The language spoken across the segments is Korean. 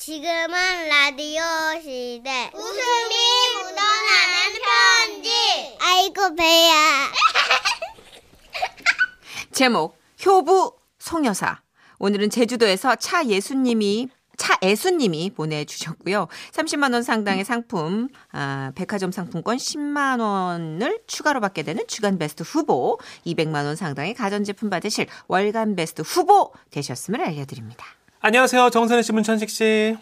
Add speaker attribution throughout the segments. Speaker 1: 지금은 라디오 시대. 웃음이 묻어나는 편지. 아이고, 배야.
Speaker 2: 제목 효부 송여사 오늘은 제주도에서 차 예수님이 차 애수님이 보내주셨고요. 30만 원 상당의 상품, 아, 백화점 상품권 10만 원을 추가로 받게 되는 주간 베스트 후보, 200만 원 상당의 가전제품 받으실 월간 베스트 후보 되셨음을 알려드립니다.
Speaker 3: 안녕하세요. 정선혜 씨, 문천식 씨.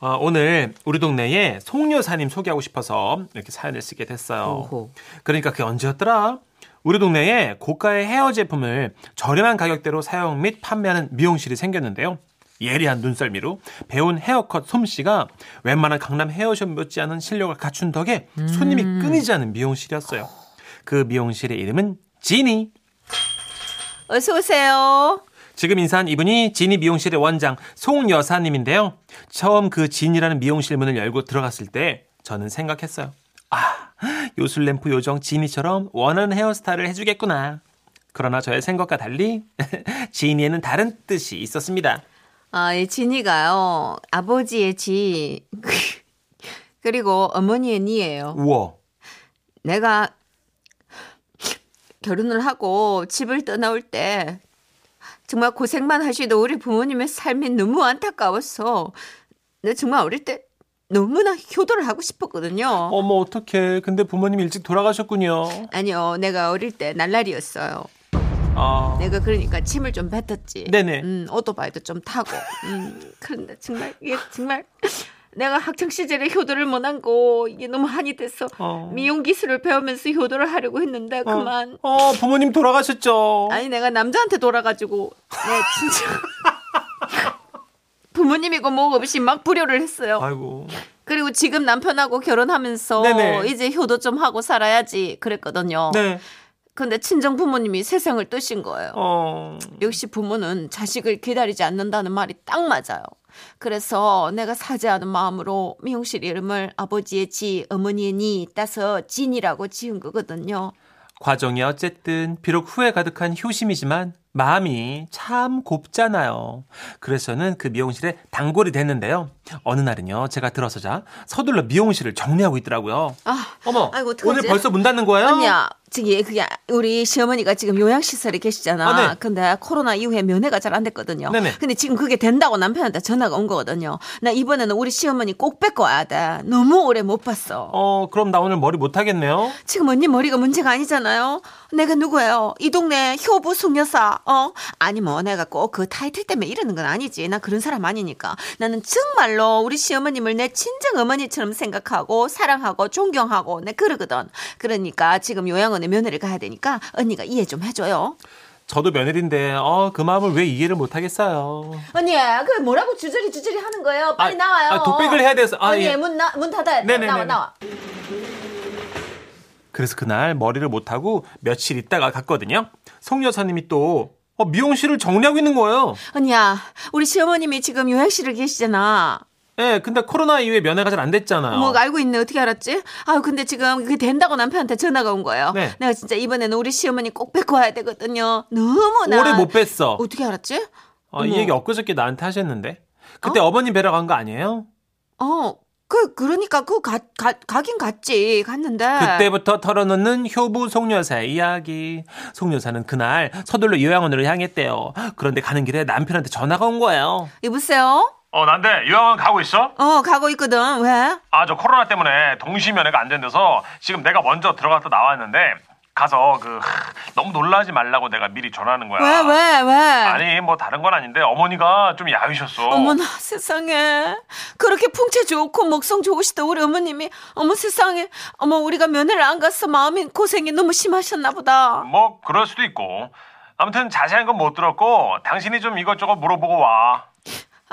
Speaker 3: 어, 오늘 우리 동네에 송여사님 소개하고 싶어서 이렇게 사연을 쓰게 됐어요.
Speaker 2: 오호.
Speaker 3: 그러니까 그게 언제였더라? 우리 동네에 고가의 헤어 제품을 저렴한 가격대로 사용 및 판매하는 미용실이 생겼는데요. 예리한 눈썰미로 배운 헤어컷 솜씨가 웬만한 강남 헤어숍 못지않은 실력을 갖춘 덕에 손님이
Speaker 2: 음.
Speaker 3: 끊이지 않은 미용실이었어요. 그 미용실의 이름은 지니.
Speaker 2: 어서 오세요.
Speaker 3: 지금 인사한 이분이 진이 미용실의 원장 송여사님인데요. 처음 그 진이라는 미용실 문을 열고 들어갔을 때 저는 생각했어요. 아, 요술램프 요정 진이처럼 원하는 헤어스타일을 해주겠구나. 그러나 저의 생각과 달리 진이에는 다른 뜻이 있었습니다.
Speaker 2: 아, 이 진이가요, 아버지의 지, 그리고 어머니의 니예요.
Speaker 3: 우와.
Speaker 2: 내가 결혼을 하고 집을 떠나올 때 정말 고생만 하시던 우리 부모님의 삶이 너무 안타까웠어. 내 정말 어릴 때 너무나 효도를 하고 싶었거든요.
Speaker 3: 어머 어떡해. 근데 부모님 일찍 돌아가셨군요.
Speaker 2: 아니요, 내가 어릴 때 날라리였어요.
Speaker 3: 아.
Speaker 2: 내가 그러니까 침을 좀 뱉었지.
Speaker 3: 네네.
Speaker 2: 음, 오토바이도 좀 타고. 음, 그런데 정말 이게 정말 내가 학창 시절에 효도를 못한 거 이게 너무 한이 돼서
Speaker 3: 어.
Speaker 2: 미용 기술을 배우면서 효도를 하려고 했는데
Speaker 3: 어.
Speaker 2: 그만.
Speaker 3: 어, 부모님 돌아가셨죠.
Speaker 2: 아니 내가 남자한테 돌아가지고 내 진짜 부모님이고 뭐 없이 막 불효를 했어요.
Speaker 3: 아이고.
Speaker 2: 그리고 지금 남편하고 결혼하면서
Speaker 3: 네네.
Speaker 2: 이제 효도 좀 하고 살아야지 그랬거든요.
Speaker 3: 네.
Speaker 2: 근데 친정 부모님이 세상을 뜨신 거예요.
Speaker 3: 어.
Speaker 2: 역시 부모는 자식을 기다리지 않는다는 말이 딱 맞아요. 그래서 내가 사죄하는 마음으로 미용실 이름을 아버지의 지, 어머니의 니 따서 진이라고 지은 거거든요.
Speaker 3: 과정이 어쨌든 비록 후회 가득한 효심이지만 마음이 참 곱잖아요. 그래서 저는 그 미용실에 단골이 됐는데요. 어느 날은요, 제가 들어서자 서둘러 미용실을 정리하고 있더라고요.
Speaker 2: 아,
Speaker 3: 어머,
Speaker 2: 아이고, 어떡하지?
Speaker 3: 오늘 벌써 문 닫는 거예요?
Speaker 2: 아니야. 저기 그게 우리 시어머니가 지금 요양시설에 계시잖아.
Speaker 3: 아, 네.
Speaker 2: 근데 코로나 이후에 면회가 잘 안 됐거든요.
Speaker 3: 네네.
Speaker 2: 근데 지금 그게 된다고 남편한테 전화가 온 거거든요. 나 이번에는 우리 시어머니 꼭 뵙고 와야 돼. 너무 오래 못 봤어.
Speaker 3: 어, 그럼 나 오늘 머리 못 하겠네요.
Speaker 2: 지금 언니 머리가 문제가 아니잖아요. 내가 누구예요? 이 동네 효부 숙녀사. 어? 아니 뭐 내가 꼭 그 타이틀 때문에 이러는 건 아니지. 나 그런 사람 아니니까. 나는 정말로 우리 시어머님을 내 친정 어머니처럼 생각하고 사랑하고 존경하고 내 그러거든. 그러니까 지금 요양원에 며느리 가야 되니까 언니가 이해 좀 해줘요.
Speaker 3: 저도 며느리인데, 어, 그 마음을 왜 이해를 못 하겠어요.
Speaker 2: 언니 그 뭐라고 주저리 주저리 하는 거예요? 빨리
Speaker 3: 아,
Speaker 2: 나와요.
Speaker 3: 아, 독백을 해야 돼서- 아,
Speaker 2: 언니
Speaker 3: 예.
Speaker 2: 문, 나, 문 닫아야 돼.
Speaker 3: 네네네네.
Speaker 2: 나와 나와.
Speaker 3: 그래서 그날 머리를 못 하고 며칠 있다가 갔거든요. 송 여사님이 또 어, 미용실을 정리하고 있는 거예요.
Speaker 2: 언니야 우리 시어머님이 지금 요양실에 계시잖아.
Speaker 3: 예, 근데 코로나 이후에 면회가 잘 안 됐잖아요.
Speaker 2: 뭐 알고 있네 어떻게 알았지? 아유 근데 지금 그게 된다고 남편한테 전화가 온 거예요.
Speaker 3: 네.
Speaker 2: 내가 진짜 이번에는 우리 시어머니 꼭 뵙고 와야 되거든요. 너무나
Speaker 3: 오래 못 뵀어.
Speaker 2: 어떻게 알았지?
Speaker 3: 어, 이
Speaker 2: 어머.
Speaker 3: 얘기 엊그저께 나한테 하셨는데 그때 어? 머님 뵈러 간 거 아니에요?
Speaker 2: 어. 그 그러니까 그 가, 가, 가긴 갔지. 갔는데
Speaker 3: 그때부터 뭐- 털어놓는 효부 송여사의 이야기. 송여사는 그날 서둘러 요양원으로 향했대요. 그런데 가는 길에 남편한테 전화가 온 거예요.
Speaker 2: 여보세요?
Speaker 3: 어, 난데 요양원 가고 있어?
Speaker 2: 어, 가고 있거든. 왜?
Speaker 3: 아, 저 코로나 때문에 동시 면회가 안 된대서 지금 내가 먼저 들어가서 나왔는데 가서 그 너무 놀라지 말라고 내가 미리 전화하는 거야.
Speaker 2: 왜? 왜? 왜?
Speaker 3: 뭐 다른 건 아닌데 어머니가 좀 야위셨어.
Speaker 2: 어머나 세상에 그렇게 풍채 좋고 목성 좋으시던 우리 어머님이 어머 세상에 어머 우리가 면회를 안 가서 마음이 고생이 너무 심하셨나 보다
Speaker 3: 뭐 그럴 수도 있고 아무튼 자세한 건 못 들었고 당신이 좀 이것저것 물어보고 와.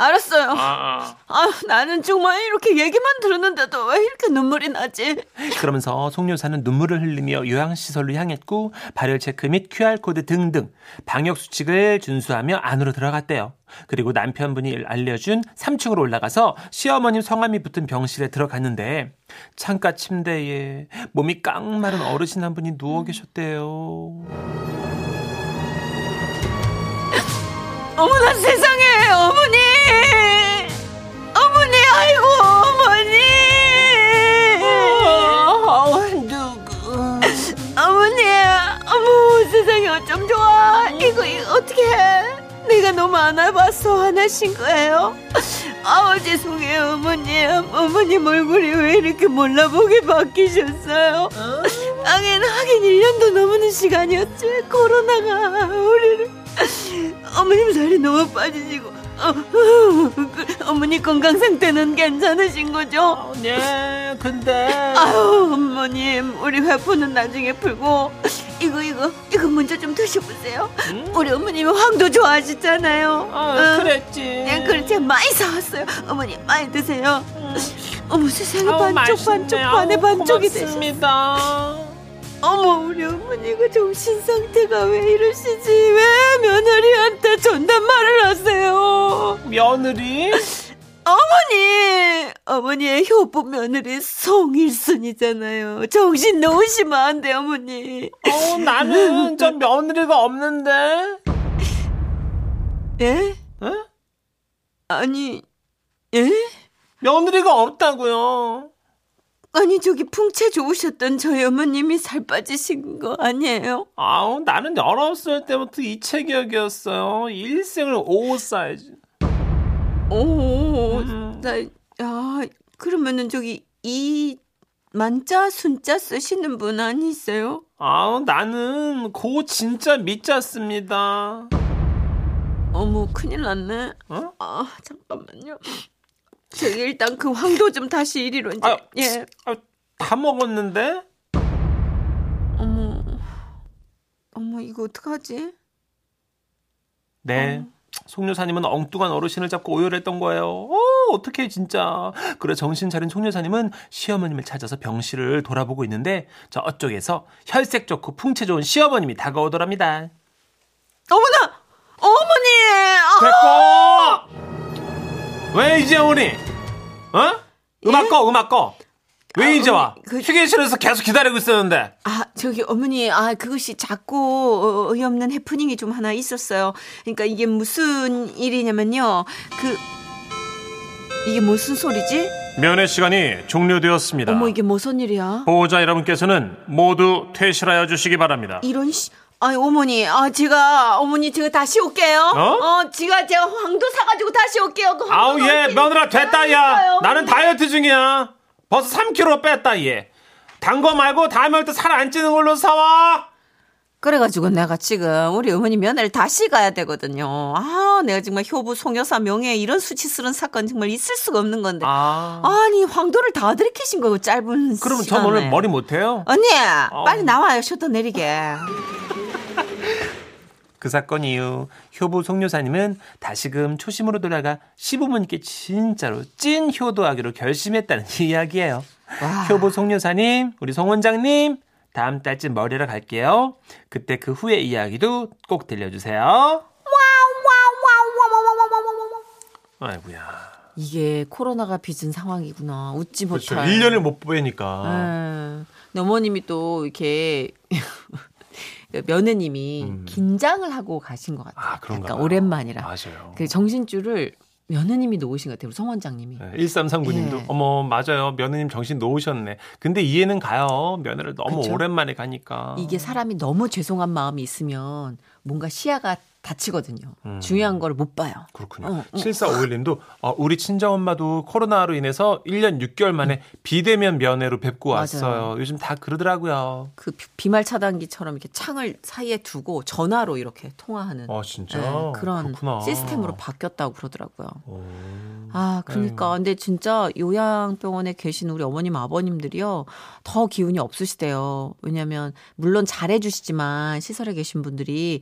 Speaker 2: 알았어요
Speaker 3: 어, 어.
Speaker 2: 아유, 나는 정말 이렇게 얘기만 들었는데도 왜 이렇게 눈물이 나지?
Speaker 3: 그러면서 송여사는 눈물을 흘리며 요양시설로 향했고 발열 체크 및 QR 코드 등등 방역 수칙을 준수하며 안으로 들어갔대요. 그리고 남편분이 알려준 3층으로 올라가서 시어머님 성함이 붙은 병실에 들어갔는데 창가 침대에 몸이 깡 마른 어르신 한 분이 누워 계셨대요.
Speaker 2: 어머나 세상에, 어머니! 어머니! 이거 어떻게 해? 내가 너무 안아봐서 화나신 거예요? 아 죄송해요 어머님 어머님 얼굴이 왜 이렇게 몰라보게 바뀌셨어요 하긴 하긴 1년도 넘는 시간이었지 코로나가 우리를 어머님 살이 너무 빠지시고 어, 어, 어머니 건강 상태는 괜찮으신 거죠?
Speaker 3: 어, 네, 근데
Speaker 2: 아유 어머님 우리 회포는 나중에 풀고 이거 이거 이거 먼저 좀 드셔보세요
Speaker 3: 음?
Speaker 2: 우리 어머님이 황도 좋아하시잖아요
Speaker 3: 아,
Speaker 2: 응.
Speaker 3: 그랬지.
Speaker 2: 그냥 그걸 제가 많이 사왔어요 어머님 많이 드세요
Speaker 3: 음.
Speaker 2: 어머 세상에
Speaker 3: 아우,
Speaker 2: 반쪽 반쪽
Speaker 3: 맛있네.
Speaker 2: 반에
Speaker 3: 아우,
Speaker 2: 반쪽이 되셨어
Speaker 3: 고맙습니다.
Speaker 2: 어머 우리 어머니가 정신 상태가 왜 이러시지 왜 며느리한테 존댓말을 하세요
Speaker 3: 며느리
Speaker 2: 어머니! 어머니의 효부 며느리 송일순이잖아요. 정신 놓으시면 안 돼요, 어머니.
Speaker 3: 어, 나는 저 며느리가 없는데.
Speaker 2: 예?
Speaker 3: 응?
Speaker 2: 아니, 예?
Speaker 3: 며느리가 없다고요.
Speaker 2: 아니, 저기 풍채 좋으셨던 저희 어머님이 살 빠지신 거 아니에요?
Speaker 3: 아우, 나는 19살 때부터 이체격이었어요. 일생을 5 사이즈.
Speaker 2: 오,
Speaker 3: 음.
Speaker 2: 나, 아, 그러면은 저기 이 만자, 순자 쓰시는 분 아니세요?
Speaker 3: 아우, 나는 고 진짜 믿졌습니다.
Speaker 2: 어머, 큰일 났네.
Speaker 3: 어?
Speaker 2: 아, 잠깐만요. 저기 일단 그 황도 좀 다시 이리로 이제.
Speaker 3: 아유,
Speaker 2: 예.
Speaker 3: 아, 다 먹었는데?
Speaker 2: 어머, 어머 이거 어떡하지?
Speaker 3: 네. 송여사님은 엉뚱한 어르신을 잡고 오열했던 거예요. 어, 어떡해, 진짜. 그래, 정신 차린 송여사님은 시어머님을 찾아서 병실을 돌아보고 있는데, 저쪽에서 혈색 좋고 풍채 좋은 시어머님이 다가오더랍니다.
Speaker 2: 어머나, 어머니, 아,
Speaker 3: 됐고! 왜 이제 오니? 어? 음악 꺼, 음악 꺼! 왜
Speaker 2: 예? 아,
Speaker 3: 이제 와?
Speaker 2: 어머니, 그-
Speaker 3: 휴게실에서 계속 기다리고 있었는데.
Speaker 2: 아 저기 어머니, 아 그것이 작고 어, 어이없는 해프닝이 좀 하나 있었어요. 그러니까 이게 무슨 일이냐면요, 그 이게 무슨 소리지?
Speaker 3: 면회 시간이 종료되었습니다.
Speaker 2: 어머 이게 무슨 일이야?
Speaker 3: 보호자 여러분께서는 모두 퇴실하여 주시기 바랍니다.
Speaker 2: 이런 씨. 아 어머니, 아 제가 어머니 제가 다시 올게요.
Speaker 3: 어?
Speaker 2: 제가 제가 황도 사가지고 다시 올게요. 그 황도
Speaker 3: 아우 예, 얘
Speaker 2: 넣을
Speaker 3: 며느라
Speaker 2: 테니까
Speaker 3: 됐다
Speaker 2: 있어요,
Speaker 3: 야 나는
Speaker 2: 어머니.
Speaker 3: 다이어트 중이야 벌써 3kg 뺐다 얘단 거 말고 다음에 올 때 살 안 찌는 걸로 사와
Speaker 2: 그래가지고 내가 지금 우리 어머니 면회를 다시 가야 되거든요. 아, 내가 정말 효부 송여사 명예 이런 수치스러운 사건 정말 있을 수가 없는 건데. 아. 니 황도를 다 들이키신 거고 짧은 시간에.
Speaker 3: 그러면 전 오늘 머리 어. 못해요
Speaker 2: 언니 빨리 나와요 셔터 내리게.
Speaker 3: 그 사건 이후 효부 송료사님은 다시금 초심으로 돌아가 시부모님께 진짜로 찐 효도하기로 결심했다는 이야기예요
Speaker 2: 와.
Speaker 3: 효부 송료사님 우리 송 원장님 다음 달쯤 머리를 갈게요 그때 그 후의 이야기도 꼭 들려주세요 아이고야
Speaker 2: 이게 코로나가 빚은 상황이구나. 웃지
Speaker 3: 그렇죠.
Speaker 2: 못할.
Speaker 3: 1년을 못 보니까.
Speaker 2: 예. 근데 어머님이 또 이렇게 며느님이
Speaker 3: 음.
Speaker 2: 긴장을 하고 가신 것 같아요.
Speaker 3: 아, 그런가
Speaker 2: 약간 그러니까
Speaker 3: 봐요.
Speaker 2: 오랜만이라.
Speaker 3: 맞아요.
Speaker 2: 그 정신줄을 며느님이 놓으신 것 같아요. 우리 성 원장님이.
Speaker 3: 네. 1339님도
Speaker 2: 예.
Speaker 3: 어머 맞아요 며느님 정신 놓으셨네 근데 이해는 가요 며느리를 너무
Speaker 2: 그쵸?
Speaker 3: 오랜만에 가니까
Speaker 2: 이게 사람이 너무 죄송한 마음이 있으면 뭔가 시야가 닫히거든요.
Speaker 3: 음.
Speaker 2: 중요한 걸 못 봐요.
Speaker 3: 그렇군요
Speaker 2: 어, 어.
Speaker 3: 7451님도 아, 우리 친정엄마도 코로나로 인해서 1년 6개월 만에 비대면 면회로 뵙고
Speaker 2: 맞아요.
Speaker 3: 왔어요 요즘 다 그러더라고요
Speaker 2: 그 비- 비말 차단기처럼 이렇게 창을 사이에 두고 전화로 이렇게 통화하는
Speaker 3: 아 진짜
Speaker 2: 예, 그런
Speaker 3: 그렇구나.
Speaker 2: 시스템으로 바뀌었다고 그러더라고요.
Speaker 3: 오.
Speaker 2: 아, 그러니까.
Speaker 3: 아이고.
Speaker 2: 근데 진짜 요양병원에 계신 우리 어머님, 아버님들이요. 더 기운이 없으시대요. 왜냐면, 물론 잘해주시지만, 시설에 계신 분들이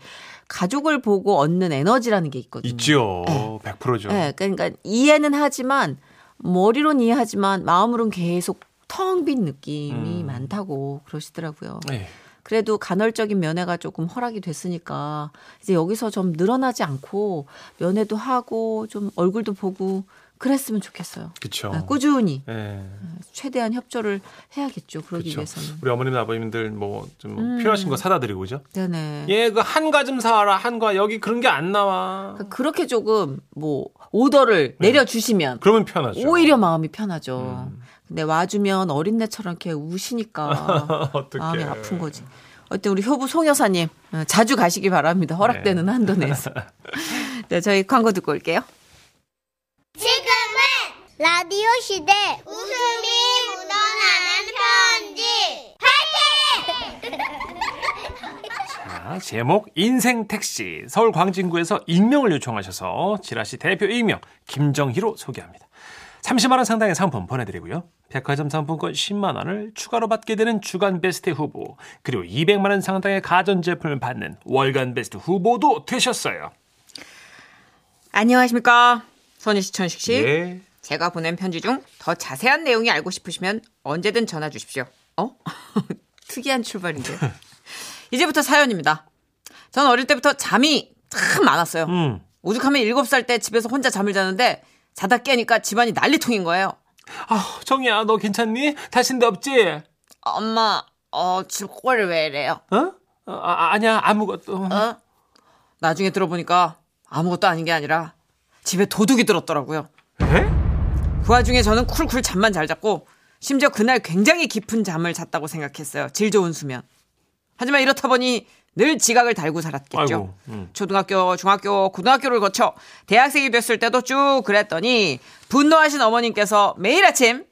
Speaker 2: 가족을 보고 얻는 에너지라는 게 있거든요.
Speaker 3: 있지요 100%죠
Speaker 2: 예, 그러니까 이해는 하지만 머리론 이해하지만 마음으론 계속 텅 빈 느낌이
Speaker 3: 음.
Speaker 2: 많다고 그러시더라고요.
Speaker 3: 예.
Speaker 2: 그래도 간헐적인 면회가 조금 허락이 됐으니까 이제 여기서 좀 늘어나지 않고 면회도 하고 좀 얼굴도 보고 그랬으면 좋겠어요.
Speaker 3: 그쵸
Speaker 2: 아, 꾸준히
Speaker 3: 예.
Speaker 2: 최대한 협조를 해야겠죠. 그러기
Speaker 3: 그렇죠.
Speaker 2: 위해서는.
Speaker 3: 우리 어머님 아버님들 뭐 좀
Speaker 2: 음.
Speaker 3: 필요하신 거 사다 드리고 그죠?
Speaker 2: 네네.
Speaker 3: 예, 그 한과 좀 사와라. 한과 여기 그런 게 안 나와.
Speaker 2: 그러니까 그렇게 조금 뭐 오더를 내려주시면
Speaker 3: 그러면 편하죠.
Speaker 2: 오히려 그렇죠. 마음이 편하죠. 근데 와주면 어린애처럼 이렇게 우시니까
Speaker 3: 어떡해.
Speaker 2: 마음이 아픈 거지. 어쨌든 우리 효부 송 여사님 어, 자주 가시기 바랍니다. 허락되는 한도 내에서. 네, 저희 광고 듣고 올게요.
Speaker 1: 지금은 라디오 시대 웃음이 묻어나는 편지
Speaker 4: 자, 아, 제목 인생 택시 서울 광진구에서 익명을 요청하셔서 지라시 대표 익명 김정희로 소개합니다. 30만 원 상당의 상품 보내드리고요. 백화점 상품권 10만 원을 추가로 받게 되는 주간 베스트 후보 그리고 200만 원 상당의 가전 제품을 받는 월간 베스트 후보도 되셨어요.
Speaker 2: 안녕하십니까. 선희 씨, 천식 씨.
Speaker 4: 예.
Speaker 2: 제가 보낸 편지 중 더 자세한 내용이 알고 싶으시면 언제든 전화 주십시오. 어? 특이한 출발인데. 이제부터 사연입니다. 전 어릴 때부터 잠이 참 많았어요.
Speaker 4: 음.
Speaker 2: 오죽하면 7살 때 집에서 혼자 잠을 자는데 자다 깨니까 집안이 난리통인 거예요.
Speaker 4: 아, 정희야 너 괜찮니? 다친 데 없지?
Speaker 2: 엄마, 어, 집골 왜 이래요?
Speaker 4: 어? 어, 아, 아니야 아무것도.
Speaker 2: 어? 나중에 들어보니까 아무것도 아닌 게 아니라 집에 도둑이 들었더라고요.
Speaker 4: 에?
Speaker 2: 그 와중에 저는 쿨쿨 잠만 잘 잤고 심지어 그날 굉장히 깊은 잠을 잤다고 생각했어요. 질 좋은 수면. 하지만 이렇다 보니 늘 지각을 달고 살았겠죠.
Speaker 4: 아이고, 음.
Speaker 2: 초등학교, 중학교, 고등학교를 거쳐 대학생이 됐을 때도 쭉 그랬더니 분노하신 어머님께서 매일 아침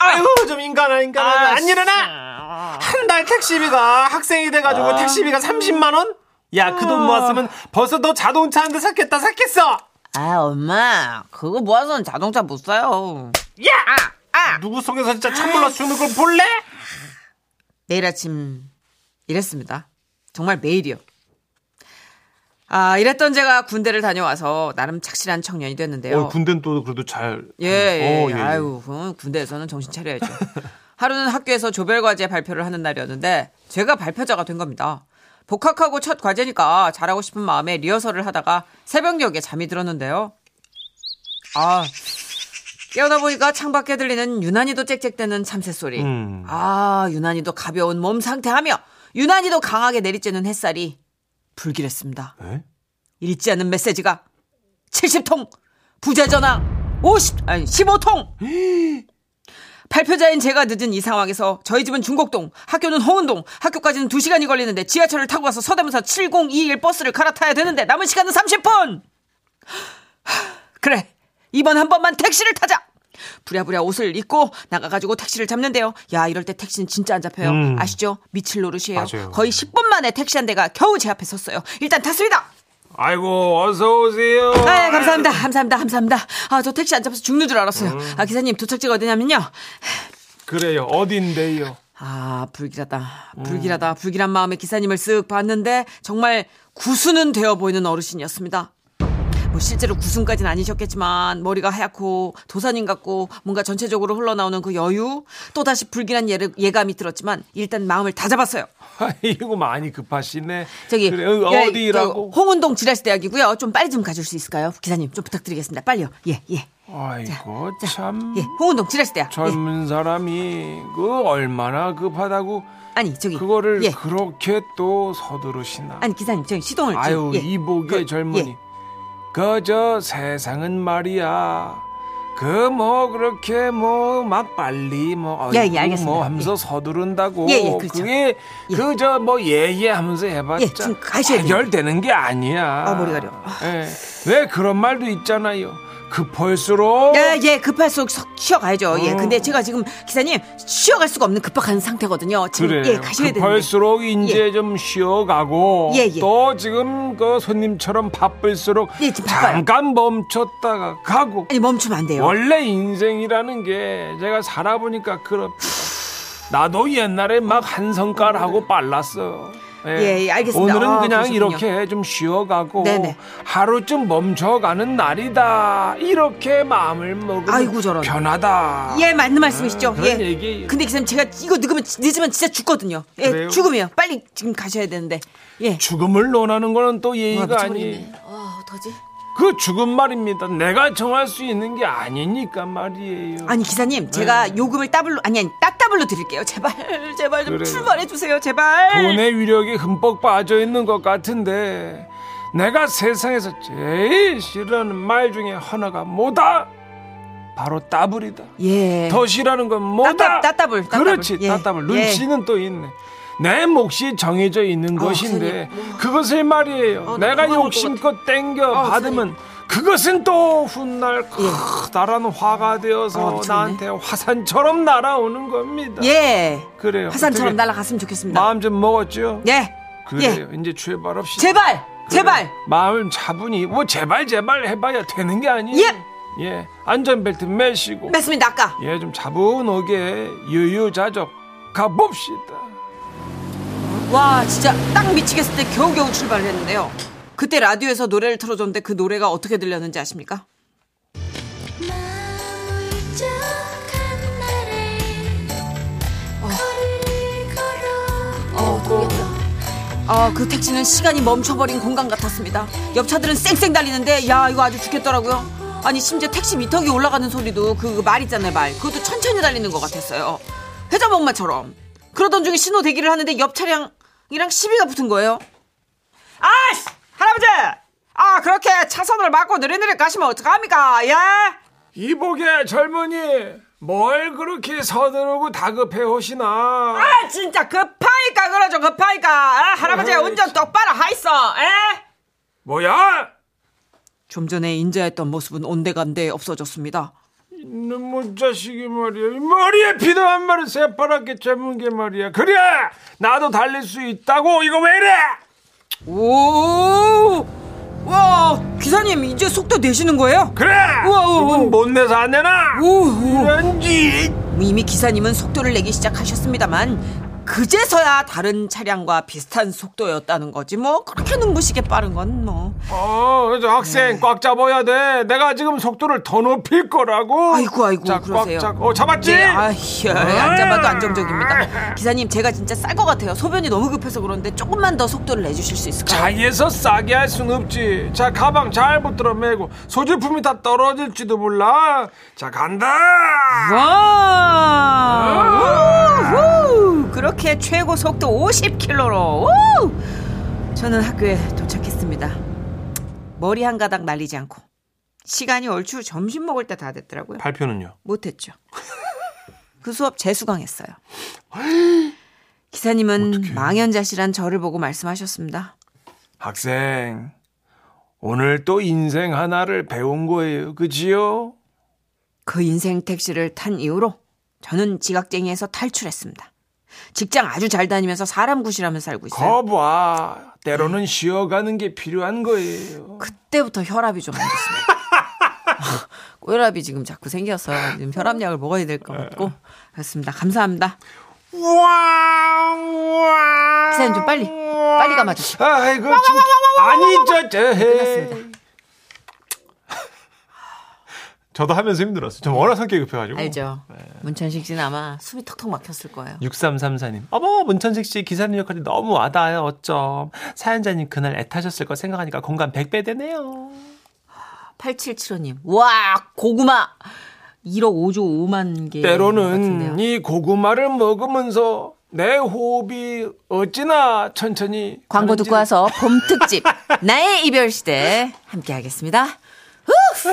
Speaker 3: 아유 좀 인간아 인간아 안 일어나 한 달 택시비가 학생이 돼가지고
Speaker 2: 아.
Speaker 3: 택시비가 30만 원? 야 그 돈 모았으면 벌써 너 자동차 한 대 샀겠다 샀겠어
Speaker 2: 아 엄마 그거 모아서는 자동차 못 사요.
Speaker 3: 야
Speaker 2: 아.
Speaker 3: 누구 속에서 진짜 참물러 주는 걸 볼래?
Speaker 2: 매일 아침 이랬습니다. 정말 매일이요. 아, 이랬던 제가 군대를 다녀와서 나름 착실한 청년이 됐는데요.
Speaker 4: 어, 군대는 또 그래도 잘. 음. 어,
Speaker 2: 예, 예, 아유, 그건 군대에서는 정신 차려야죠. 하루는 학교에서 조별 과제 발표를 하는 날이었는데 제가 발표자가 된 겁니다. 복학하고 첫 과제니까 잘하고 싶은 마음에 리허설을 하다가 새벽녘에 잠이 들었는데요. 아, 깨어나 보니까 창밖에 들리는 유난히도 짹짹대는 참새 소리.
Speaker 4: 음.
Speaker 2: 아, 유난히도 가벼운 몸 상태하며 유난히도 강하게 내리쬐는 햇살이 불길했습니다.
Speaker 4: 에?
Speaker 2: 읽지 않는 메시지가 70통, 부자 전화 50, 아니 15통. 발표자인 제가 늦은 이 상황에서 저희 집은 중곡동, 학교는 홍은동, 학교까지는 2시간이 걸리는데 지하철을 타고 가서 서대문서 7021 버스를 갈아타야 되는데 남은 시간은 30분! 그래, 이번 한 번만 택시를 타자! 부랴부랴 옷을 입고 나가가지고 택시를 잡는데요. 야, 이럴 때 택시는 진짜 안 잡혀요.
Speaker 4: 음.
Speaker 2: 아시죠? 미칠 노릇이에요.
Speaker 4: 맞아요.
Speaker 2: 거의 10분 만에 택시 한 대가 겨우 제 앞에 섰어요. 일단 탔습니다!
Speaker 3: 아이고 어서 오세요
Speaker 2: 아, 감사합니다. 감사합니다. 감사합니다. 아, 저 택시 안 잡아서 죽는 줄 알았어요.
Speaker 3: 음.
Speaker 2: 아, 기사님 도착지가 어디냐면요.
Speaker 3: 그래요 어딘데요
Speaker 2: 아, 불길하다.
Speaker 3: 음.
Speaker 2: 불길하다. 불길한 마음에 기사님을 쓱 봤는데 정말 구수는 되어 보이는 어르신이었습니다. 뭐 실제로 구순까진 아니셨겠지만 머리가 하얗고 도사님 같고 뭔가 전체적으로 흘러나오는 그 여유 또다시 불길한 예, 예감이 들었지만 일단 마음을 다 잡았어요.
Speaker 3: 아이고 많이 급하시네
Speaker 2: 저기
Speaker 3: 그래,
Speaker 2: 예,
Speaker 3: 어디라고
Speaker 2: 저 홍은동 지라시 대학이고요. 좀 빨리 좀 가줄 수 있을까요? 기사님 좀 부탁드리겠습니다. 빨리요. 예, 예.
Speaker 3: 아이고
Speaker 2: 자,
Speaker 3: 참
Speaker 2: 예, 홍은동 지라시 대학. 예.
Speaker 3: 젊은 사람이 그 얼마나 급하다고
Speaker 2: 아니 저기
Speaker 3: 그거를
Speaker 2: 예.
Speaker 3: 그렇게 또 서두르시나
Speaker 2: 아니 기사님 저기 시동을 좀-
Speaker 3: 아유
Speaker 2: 예.
Speaker 3: 이복의
Speaker 2: 그,
Speaker 3: 젊은이
Speaker 2: 예.
Speaker 3: 그저 세상은 말이야 그 뭐 그렇게 뭐 막 빨리 뭐
Speaker 2: 예, 예,
Speaker 3: 어이구
Speaker 2: 알겠습니다.
Speaker 3: 뭐 하면서 서두른다고
Speaker 2: 예, 예, 그렇죠.
Speaker 3: 게 그저 뭐 예예 하면서 해봤자
Speaker 2: 예, 지금 가셔야 돼요.
Speaker 3: 해결되는 게 아니야
Speaker 2: 아, 머리 가려. 아.
Speaker 3: 예. 왜 그런 말도 있잖아요 급할수록
Speaker 2: 예, 예, 급할수록 석- 쉬어가야죠. 예, 근데 제가 지금 기사님 쉬어갈 수가 없는 급박한 상태거든요. 지금
Speaker 3: 그래요.
Speaker 2: 예, 가셔야 되는데.
Speaker 3: 급할수록 이제 좀 쉬어가고
Speaker 2: 예, 예.
Speaker 3: 또 지금 그 손님처럼 바쁠수록
Speaker 2: 예, 지금 바빠요.
Speaker 3: 잠깐 멈췄다가 가고
Speaker 2: 아니 멈추면 안 돼요.
Speaker 3: 원래 인생이라는 게 제가 살아보니까 그렇다. 나도 옛날에 막 한 성깔하고 빨랐어.
Speaker 2: 예, 예, 알겠습니다.
Speaker 3: 오늘은
Speaker 2: 아,
Speaker 3: 그냥
Speaker 2: 그러셨군요.
Speaker 3: 이렇게 좀 쉬어가고
Speaker 2: 네네.
Speaker 3: 하루쯤 멈춰가는 날이다. 이렇게 마음을 먹으면
Speaker 2: 아이고, 저런.
Speaker 3: 편하다.
Speaker 2: 예, 맞는 말씀이시죠.
Speaker 3: 아,
Speaker 2: 예.
Speaker 3: 그런 얘기예요.
Speaker 2: 근데 기사님 제가 이거 늦으면 늦으면 진짜 죽거든요. 예,
Speaker 3: 그래요?
Speaker 2: 죽음이에요. 빨리 지금 가셔야 되는데. 예.
Speaker 3: 죽음을 논하는 거는 또 예의가 아니에요.
Speaker 2: 미쳐버리겠네. 아, 어떡하지?
Speaker 3: 그 죽음 말입니다. 내가 정할 수 있는 게 아니니까 말이에요.
Speaker 2: 아니 기사님 제가
Speaker 3: 네.
Speaker 2: 요금을 따블로 아니 아니 따따블로 드릴게요 제발 제발 좀
Speaker 3: 그래요.
Speaker 2: 출발해 주세요 제발
Speaker 3: 돈의 위력이 흠뻑 빠져 있는 것 같은데 내가 세상에서 제일 싫어하는 말 중에 하나가 뭐다? 바로 따블이다.
Speaker 2: 예.
Speaker 3: 더 싫어하는 건 뭐다?
Speaker 2: 따따- 따따블, 따따블.
Speaker 3: 그렇지,
Speaker 2: 예.
Speaker 3: 따따블. 눈치는 또 있네. 내 몫이 정해져 있는
Speaker 2: 아,
Speaker 3: 것인데
Speaker 2: 음.
Speaker 3: 그것을 말이에요.
Speaker 2: 어,
Speaker 3: 내가
Speaker 2: 당황할 것
Speaker 3: 욕심껏 땡겨
Speaker 2: 아,
Speaker 3: 받으면 그것은 또
Speaker 2: 예.
Speaker 3: 훗날 커다란 화가 되어서
Speaker 2: 미쳤네.
Speaker 3: 나한테 화산처럼 날아오는 겁니다.
Speaker 2: 아, 예.
Speaker 3: 그래요.
Speaker 2: 화산처럼
Speaker 3: 어떻게
Speaker 2: 날아갔으면 좋겠습니다.
Speaker 3: 마음 좀 먹었죠?
Speaker 2: 예.
Speaker 3: 그래요. 이제 출발 없이
Speaker 2: 제발! 제발!
Speaker 3: 마음 차분히 뭐 제발 제발 해봐야 되는 게 아니에요. 예. 안전벨트 매시고
Speaker 2: 맞습니다, 아까.
Speaker 3: 예 좀 차분하게 유유자적 가봅시다.
Speaker 2: 와, 진짜 딱 미치겠을 때 겨우겨우 출발을 했는데요. 그때 라디오에서 노래를 틀어줬는데 그 노래가 어떻게 들렸는지 아십니까?
Speaker 1: 울적한 날에 거리를 걸어
Speaker 2: 어, 아, 그 택시는 시간이 멈춰버린 공간 같았습니다. 옆 차들은 쌩쌩 달리는데, 야, 이거 아주 죽겠더라고요. 아니, 심지어 택시 미터기 올라가는 소리도 그 말 있잖아요, 말. 그것도 천천히 달리는 것 같았어요. 회전목마처럼. 그러던 중에 신호 대기를 하는데 옆 차량이랑 시비가 붙은 거예요. 아이씨! 할아버지! 아, 그렇게 차선을 막고 느리느리 가시면 어떡합니까? 예?
Speaker 3: 이보게 젊은이 뭘 그렇게 서두르고 다급해 오시나
Speaker 2: 아, 진짜 급하니까 그러죠, 급하니까. 아, 할아버지,
Speaker 3: 아이씨.
Speaker 2: 운전 똑바로 하이소, 에?
Speaker 3: 뭐야
Speaker 2: 좀 전에 인자했던 모습은 온데간데 없어졌습니다.
Speaker 3: 이놈의 자식이 말이야 이 머리에 피도 한 마리 새파랗게 젊은 게 말이야 그래 나도 달릴 수 있다고 이거 왜 이래
Speaker 2: 오! 와, 기사님 이제 속도 내시는 거예요?
Speaker 3: 그래
Speaker 2: 우와, 우와, 우와.
Speaker 3: 이건 못 내서 안 내나
Speaker 2: 오, 오.
Speaker 3: 이런지
Speaker 2: 이미 기사님은 속도를 내기 시작하셨습니다만 그제서야 다른 차량과 비슷한 속도였다는 거지 뭐 그렇게 눈부시게 빠른 건 뭐.
Speaker 3: 어 그래서 학생
Speaker 2: 네.
Speaker 3: 꽉 잡아야 돼 내가 지금 속도를 더 높일 거라고
Speaker 2: 아이고 아이고
Speaker 3: 자,
Speaker 2: 그러세요.
Speaker 3: 꽉 잡, 어 잡았지
Speaker 2: 네, 아휴 안 잡아도 안정적입니다. 기사님 제가 진짜 쌀 것 같아요. 소변이 너무 급해서 그런데 조금만 더 속도를 내주실 수 있을까요?
Speaker 3: 자리에서 싸게 할 순 없지. 자, 가방 잘 붙들어 메고 소지품이 다 떨어질지도 몰라. 자, 간다.
Speaker 2: 아. 와! 우후! 그렇게 최고 속도 50km로. 저는 학교에 도착했습니다. 머리 한 가닥 날리지 않고 시간이 얼추 점심 먹을 때 다 됐더라고요.
Speaker 5: 발표는요?
Speaker 2: 못했죠. 그 수업 재수강했어요. 기사님은 망연자실한 저를 보고 말씀하셨습니다.
Speaker 3: 학생, 오늘 또 인생 하나를 배운 거예요. 그지요?
Speaker 2: 그 인생 택시를 탄 이후로 저는 지각쟁이에서 탈출했습니다. 직장 아주 잘 다니면서 사람 구실하면서 살고 있어요.
Speaker 3: 거봐. 때로는 쉬어가는 게 필요한 거예요.
Speaker 2: 그때부터 혈압이 좀 안 좋습니다. 혈압이 지금 자꾸 생겨서 지금 혈압약을 먹어야 될 것 같고 그렇습니다. 감사합니다.
Speaker 3: 우와, 우와.
Speaker 2: 기사님 좀 빨리 빨리 감아주세요.
Speaker 3: 아이고, 진짜. 아니, 저,
Speaker 2: 네,
Speaker 3: 저, 해.
Speaker 6: 저도 하면서 힘들었어요. 좀 워낙 성격이 급해가지고.
Speaker 2: 알죠?
Speaker 3: 네.
Speaker 2: 문천식 씨는 아마 숨이 턱턱 막혔을 거예요.
Speaker 5: 6334님. 어머, 문천식 씨 기사님 역할이 너무 와닿아요. 어쩜. 사연자님 그날 애타셨을 거 생각하니까 공감 100배 되네요.
Speaker 2: 8775님. 와, 고구마. 1억 5조 5만 개.
Speaker 3: 때로는
Speaker 2: 예, 같은데요.
Speaker 3: 이 고구마를 먹으면서 내 호흡이 어찌나 천천히
Speaker 2: 광고
Speaker 3: 가는지.
Speaker 2: 듣고 와서 봄 특집 나의 이별 시대 함께 하겠습니다. 후!